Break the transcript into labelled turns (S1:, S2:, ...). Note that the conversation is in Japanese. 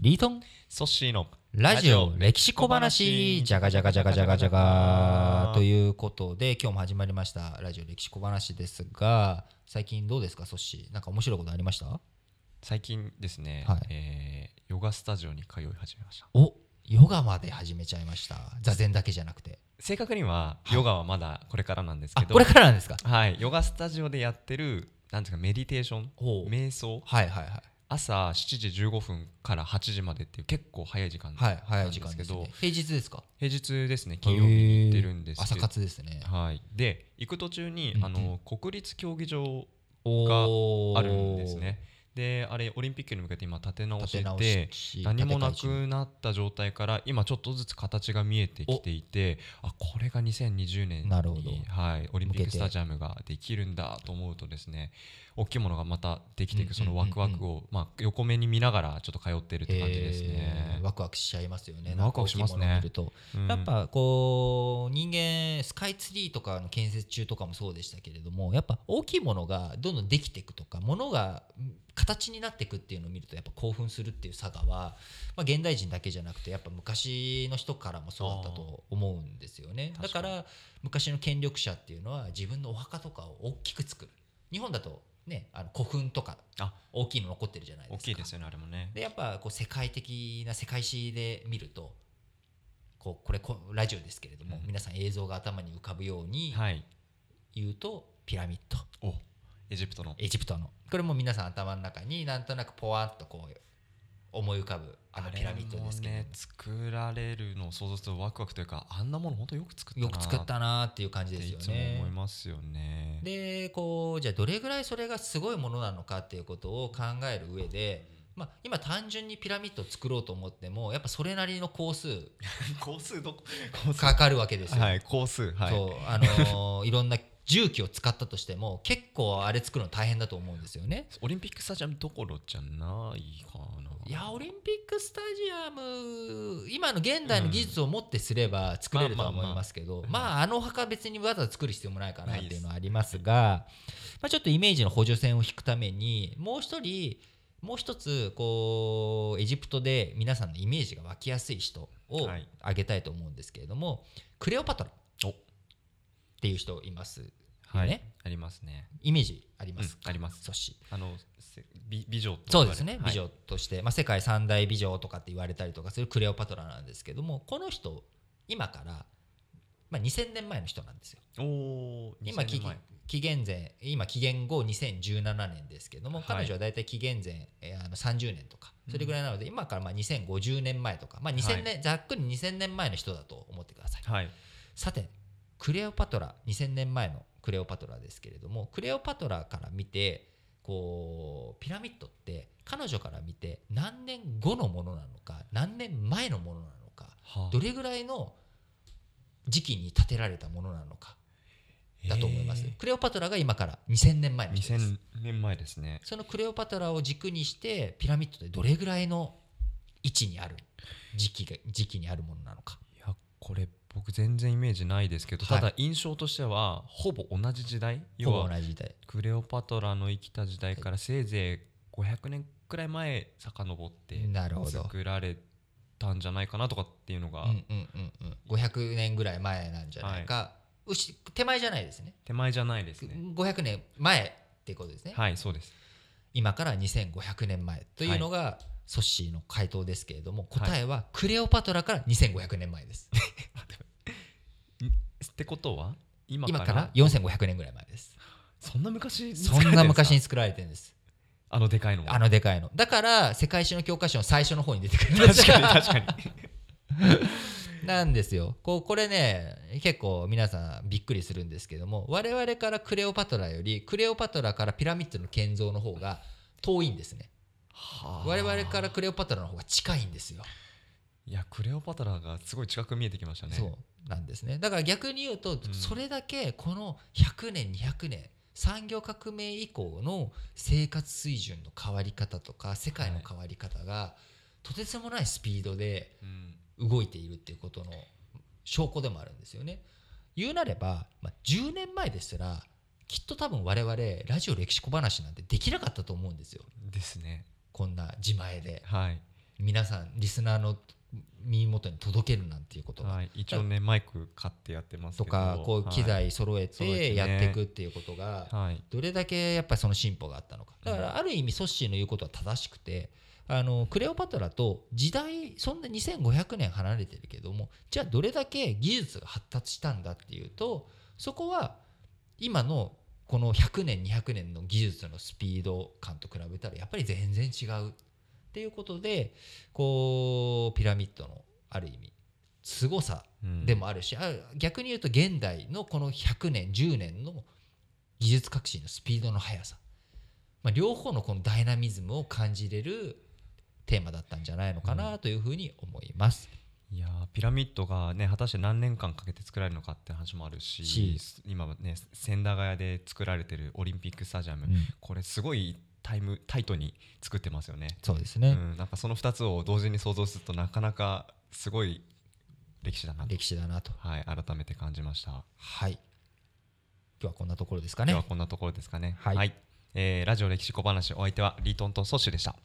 S1: リートン
S2: ソッシーの
S1: ラジオ歴史小話じゃがじゃがじゃがじゃがじゃがということで今日も始まりましたラジオ歴史小話ですが最近どうですかソッシーなんか面白いことありました
S2: 最近ですね、
S1: はい
S2: えーヨガスタジオに通い始めました
S1: おヨガまで始めちゃいました座禅だけじゃなくて
S2: 正確には
S1: はい
S2: ヨガはまだこれからなんです
S1: あ
S2: けど、
S1: これからなんですか
S2: はい、ヨガスタジオでやってるなんていうかメディテーション
S1: ほう
S2: 瞑想
S1: はいはいはい
S2: 朝7時15分から8時までっていう結構早い時間、
S1: はい早い時間です
S2: なん
S1: ね
S2: です
S1: 平日ですか
S2: 平日ですね金曜日に行ってるんです
S1: 朝
S2: けど、
S1: 活ですね
S2: はい、で行く途中に、
S1: うんうん
S2: あの国立競技場
S1: おー
S2: あるんですねであれオリンピックに向けて今立て直して
S1: 立て直
S2: て
S1: し
S2: 何もな
S1: 立て替え
S2: くなった状態から今ちょっとずつ形が見えてきていてあこれが2020年
S1: なるほど
S2: に、はい、オリンピッ
S1: 向け
S2: ク
S1: て
S2: スタジアムができるんだと思うとですね大きいものがまたできていくそのワクワクを、まあ、横目に見ながらちょっと通ってるって感じです
S1: へ
S2: ね
S1: ー。ワクワクしちゃいますよね
S2: ワクワクしますね
S1: なんか大きいもの見ると
S2: うん
S1: やっぱこう人間スカイツリーとかの建設中とかもそうでしたけれどもやっぱ大きいものがどんどんできていくとかものがうん形になっていくっていうのを見るとやっぱ興奮するっていう差がは、まあ、現代人だけじゃなくてやっぱ昔の人からもそうだったと思うんですよね
S2: あー
S1: だから昔の権力者っていうのは自分のお墓とかを大きく作る日本だとねあの古墳とか
S2: あ
S1: 大きいの残ってるじゃないですか
S2: 大きいですよねあれもね。
S1: でやっぱこう世界的な世界史で見るとこうこれこラジオですけれども、
S2: うん
S1: 皆さん映像が頭に浮かぶように
S2: はい、
S1: 言うと、ピラミッド
S2: おエジプトの
S1: エジプトのこれも皆さん頭の中になんとなくポワッとこう思い浮かぶあのピラミッドですけ
S2: あ
S1: れ
S2: れ
S1: ど
S2: もね作られるのを想像するとワクワクというかあんなもの本当よく作った
S1: も、
S2: な
S1: よく作っ
S2: った
S1: なーっていう感じ
S2: て
S1: です
S2: い
S1: よ
S2: つも思い
S1: ね。
S2: ますよね。
S1: でこうじゃあどれぐらいそれがすごいものなのかっていうことを考える上で、まあ、今単純にピラミッドを作ろうと思ってもやっぱそれなりの工数
S2: 工数 どこ工
S1: かかるわけですよ。
S2: はい工数はい
S1: そうあのー いろんな重機を使ったとしても結構あれ作るの大変だと思うんですよね。
S2: オリンピックスタジアムどころじゃないかな
S1: い
S2: い
S1: やオリンピックスタジアム今の現代の技術をもってすれば作れるとは
S2: まあま
S1: 思
S2: あ
S1: い
S2: まあ
S1: ますけど
S2: はい
S1: まああの墓別にわざわざ作る必要もないかなっ
S2: ない
S1: て
S2: です
S1: いうのはありますがまあちょっとイメージの補助線を引くためにもう一人もう一つこうエジプトで皆さんのイメージが湧きやすい人を
S2: はい
S1: 挙げたいと思うんですけれどもクレオパトラ
S2: お
S1: っていう人います
S2: はい、
S1: ね
S2: ありますね
S1: イメージあります
S2: うんあります
S1: ソッシー
S2: あのせ美美女と
S1: そうですね、
S2: 呼ばれ
S1: 美
S2: る
S1: 女として、まあ、世界三大美女とかって言われたりとかするクレオパトラなんですけどもこの人今から、まあ、2000年前の人なんですよ
S2: はい、おお
S1: 今紀紀元前今紀元後2017年ですけども
S2: はい
S1: 彼女は大体紀元前、えーあの30年とかそれぐらいなので、今からまあ2050年前とか、まあ2000年ざっくり2000年前の人だと思ってください。
S2: はい
S1: さてクレオパトラ2000年前のクレオパトラですけれどもクレオパトラから見てこうピラミッドって彼女から見て何年後のものなのか何年前のものなのか
S2: は
S1: どれぐらいの時期に建てられたものなのかだと思います、
S2: へー
S1: クレオパトラが今から2000年前の人です
S2: 2000年前ですね
S1: そのクレオパトラを軸にしてピラミッドでどれぐらいの位置にある時期が時期にあるものなのか
S2: いやこれ僕全然イメージないですけど、
S1: はい
S2: ただ印象としてはほぼ同じ時代
S1: ほ
S2: 要
S1: ぼ
S2: は
S1: 同じ時代
S2: クレオパトラの生きた時代からせいぜい500年くらい前遡って
S1: なるほど
S2: 作られたんじゃないかなとかっていうのが、
S1: うんうんうんうん、500年ぐらい前なんじゃないか、うし手前じゃないですね
S2: 手前じゃないですね。
S1: 500年前っていうことですね、
S2: はい、そうです。
S1: 今から2500年前というのが、ソッシーの回答ですけれども答えはクレオパトラから2500年前です、
S2: ってことは今から
S1: 今から4500年ぐらい前です
S2: そんな昔に
S1: そんな昔に
S2: 作られ
S1: 作られて
S2: てるですか
S1: るんです
S2: あのでかいのは
S1: あのでかいのだから世界史の教科書の最初の方に出てくる
S2: 確かに確かに
S1: なんですよこうこれね結構皆さんびっくりするんですけども我々からクレオパトラよりクレオパトラからピラミッドの建造の方が遠いんですね 我々からクレオパトラの方が近いんですよ、
S2: いやクレオパトラがすごい近く見えてきましたね
S1: そうなんですねだから逆に言うと、
S2: ん
S1: それだけこの100年200年産業革命以降の生活水準の変わり方とか世界の変わり方が、とてつもないスピードで
S2: うん
S1: 動いているっていうことの証拠でもあるんですよね。言うなれば、まあ、10年前ですらきっと多分我々ラジオ歴史小話なんてできなかったと思うんですよ
S2: ですね
S1: こんな自前で。
S2: はい
S1: 皆さんリスナーの耳元に届けるなんていうことが
S2: はい、一応ねマイク買ってやってます
S1: と
S2: けど
S1: かこう機材揃え
S2: 揃えて
S1: て
S2: ね
S1: やっていくっていうことが
S2: はい、はい
S1: どれだけやっぱりその進歩があったのかだか
S2: う
S1: らある意味ソッシーの言うことは正しくてあのクレオパトラと時代そんな2500年離れてるけどもじゃあどれだけ技術が発達したんだっていうとそこは今のこの100年200年の技術のスピード感と比べたらやっぱり全然違うっていうことでこうピラミッドのある意味凄さ
S2: うん
S1: でもあるし、あ逆に言うと現代のこの100年10年の技術革新のスピードの速さ、まあ、両方のこのダイナミズムを感じれるテーマだったんじゃないのかなというふうに思います。
S2: いやーピラミッドがね果たして何年間かけて作られるのかって話もあるし
S1: し
S2: 今はね千駄ヶ谷で作られてるオリンピックスタジアム、これすごいタイムタイトに作ってますよね、
S1: そうです
S2: う
S1: ね、
S2: ん、なんかその2つを同時に想像するとなかなかすごい歴史だなと、
S1: 歴史だなと。
S2: はい、改めて感じました
S1: はい。今日はこんなところですかね
S2: 今日は。こんなところですかね
S1: はい
S2: えーラジオ歴史小話お相手はリートンとソッシュでした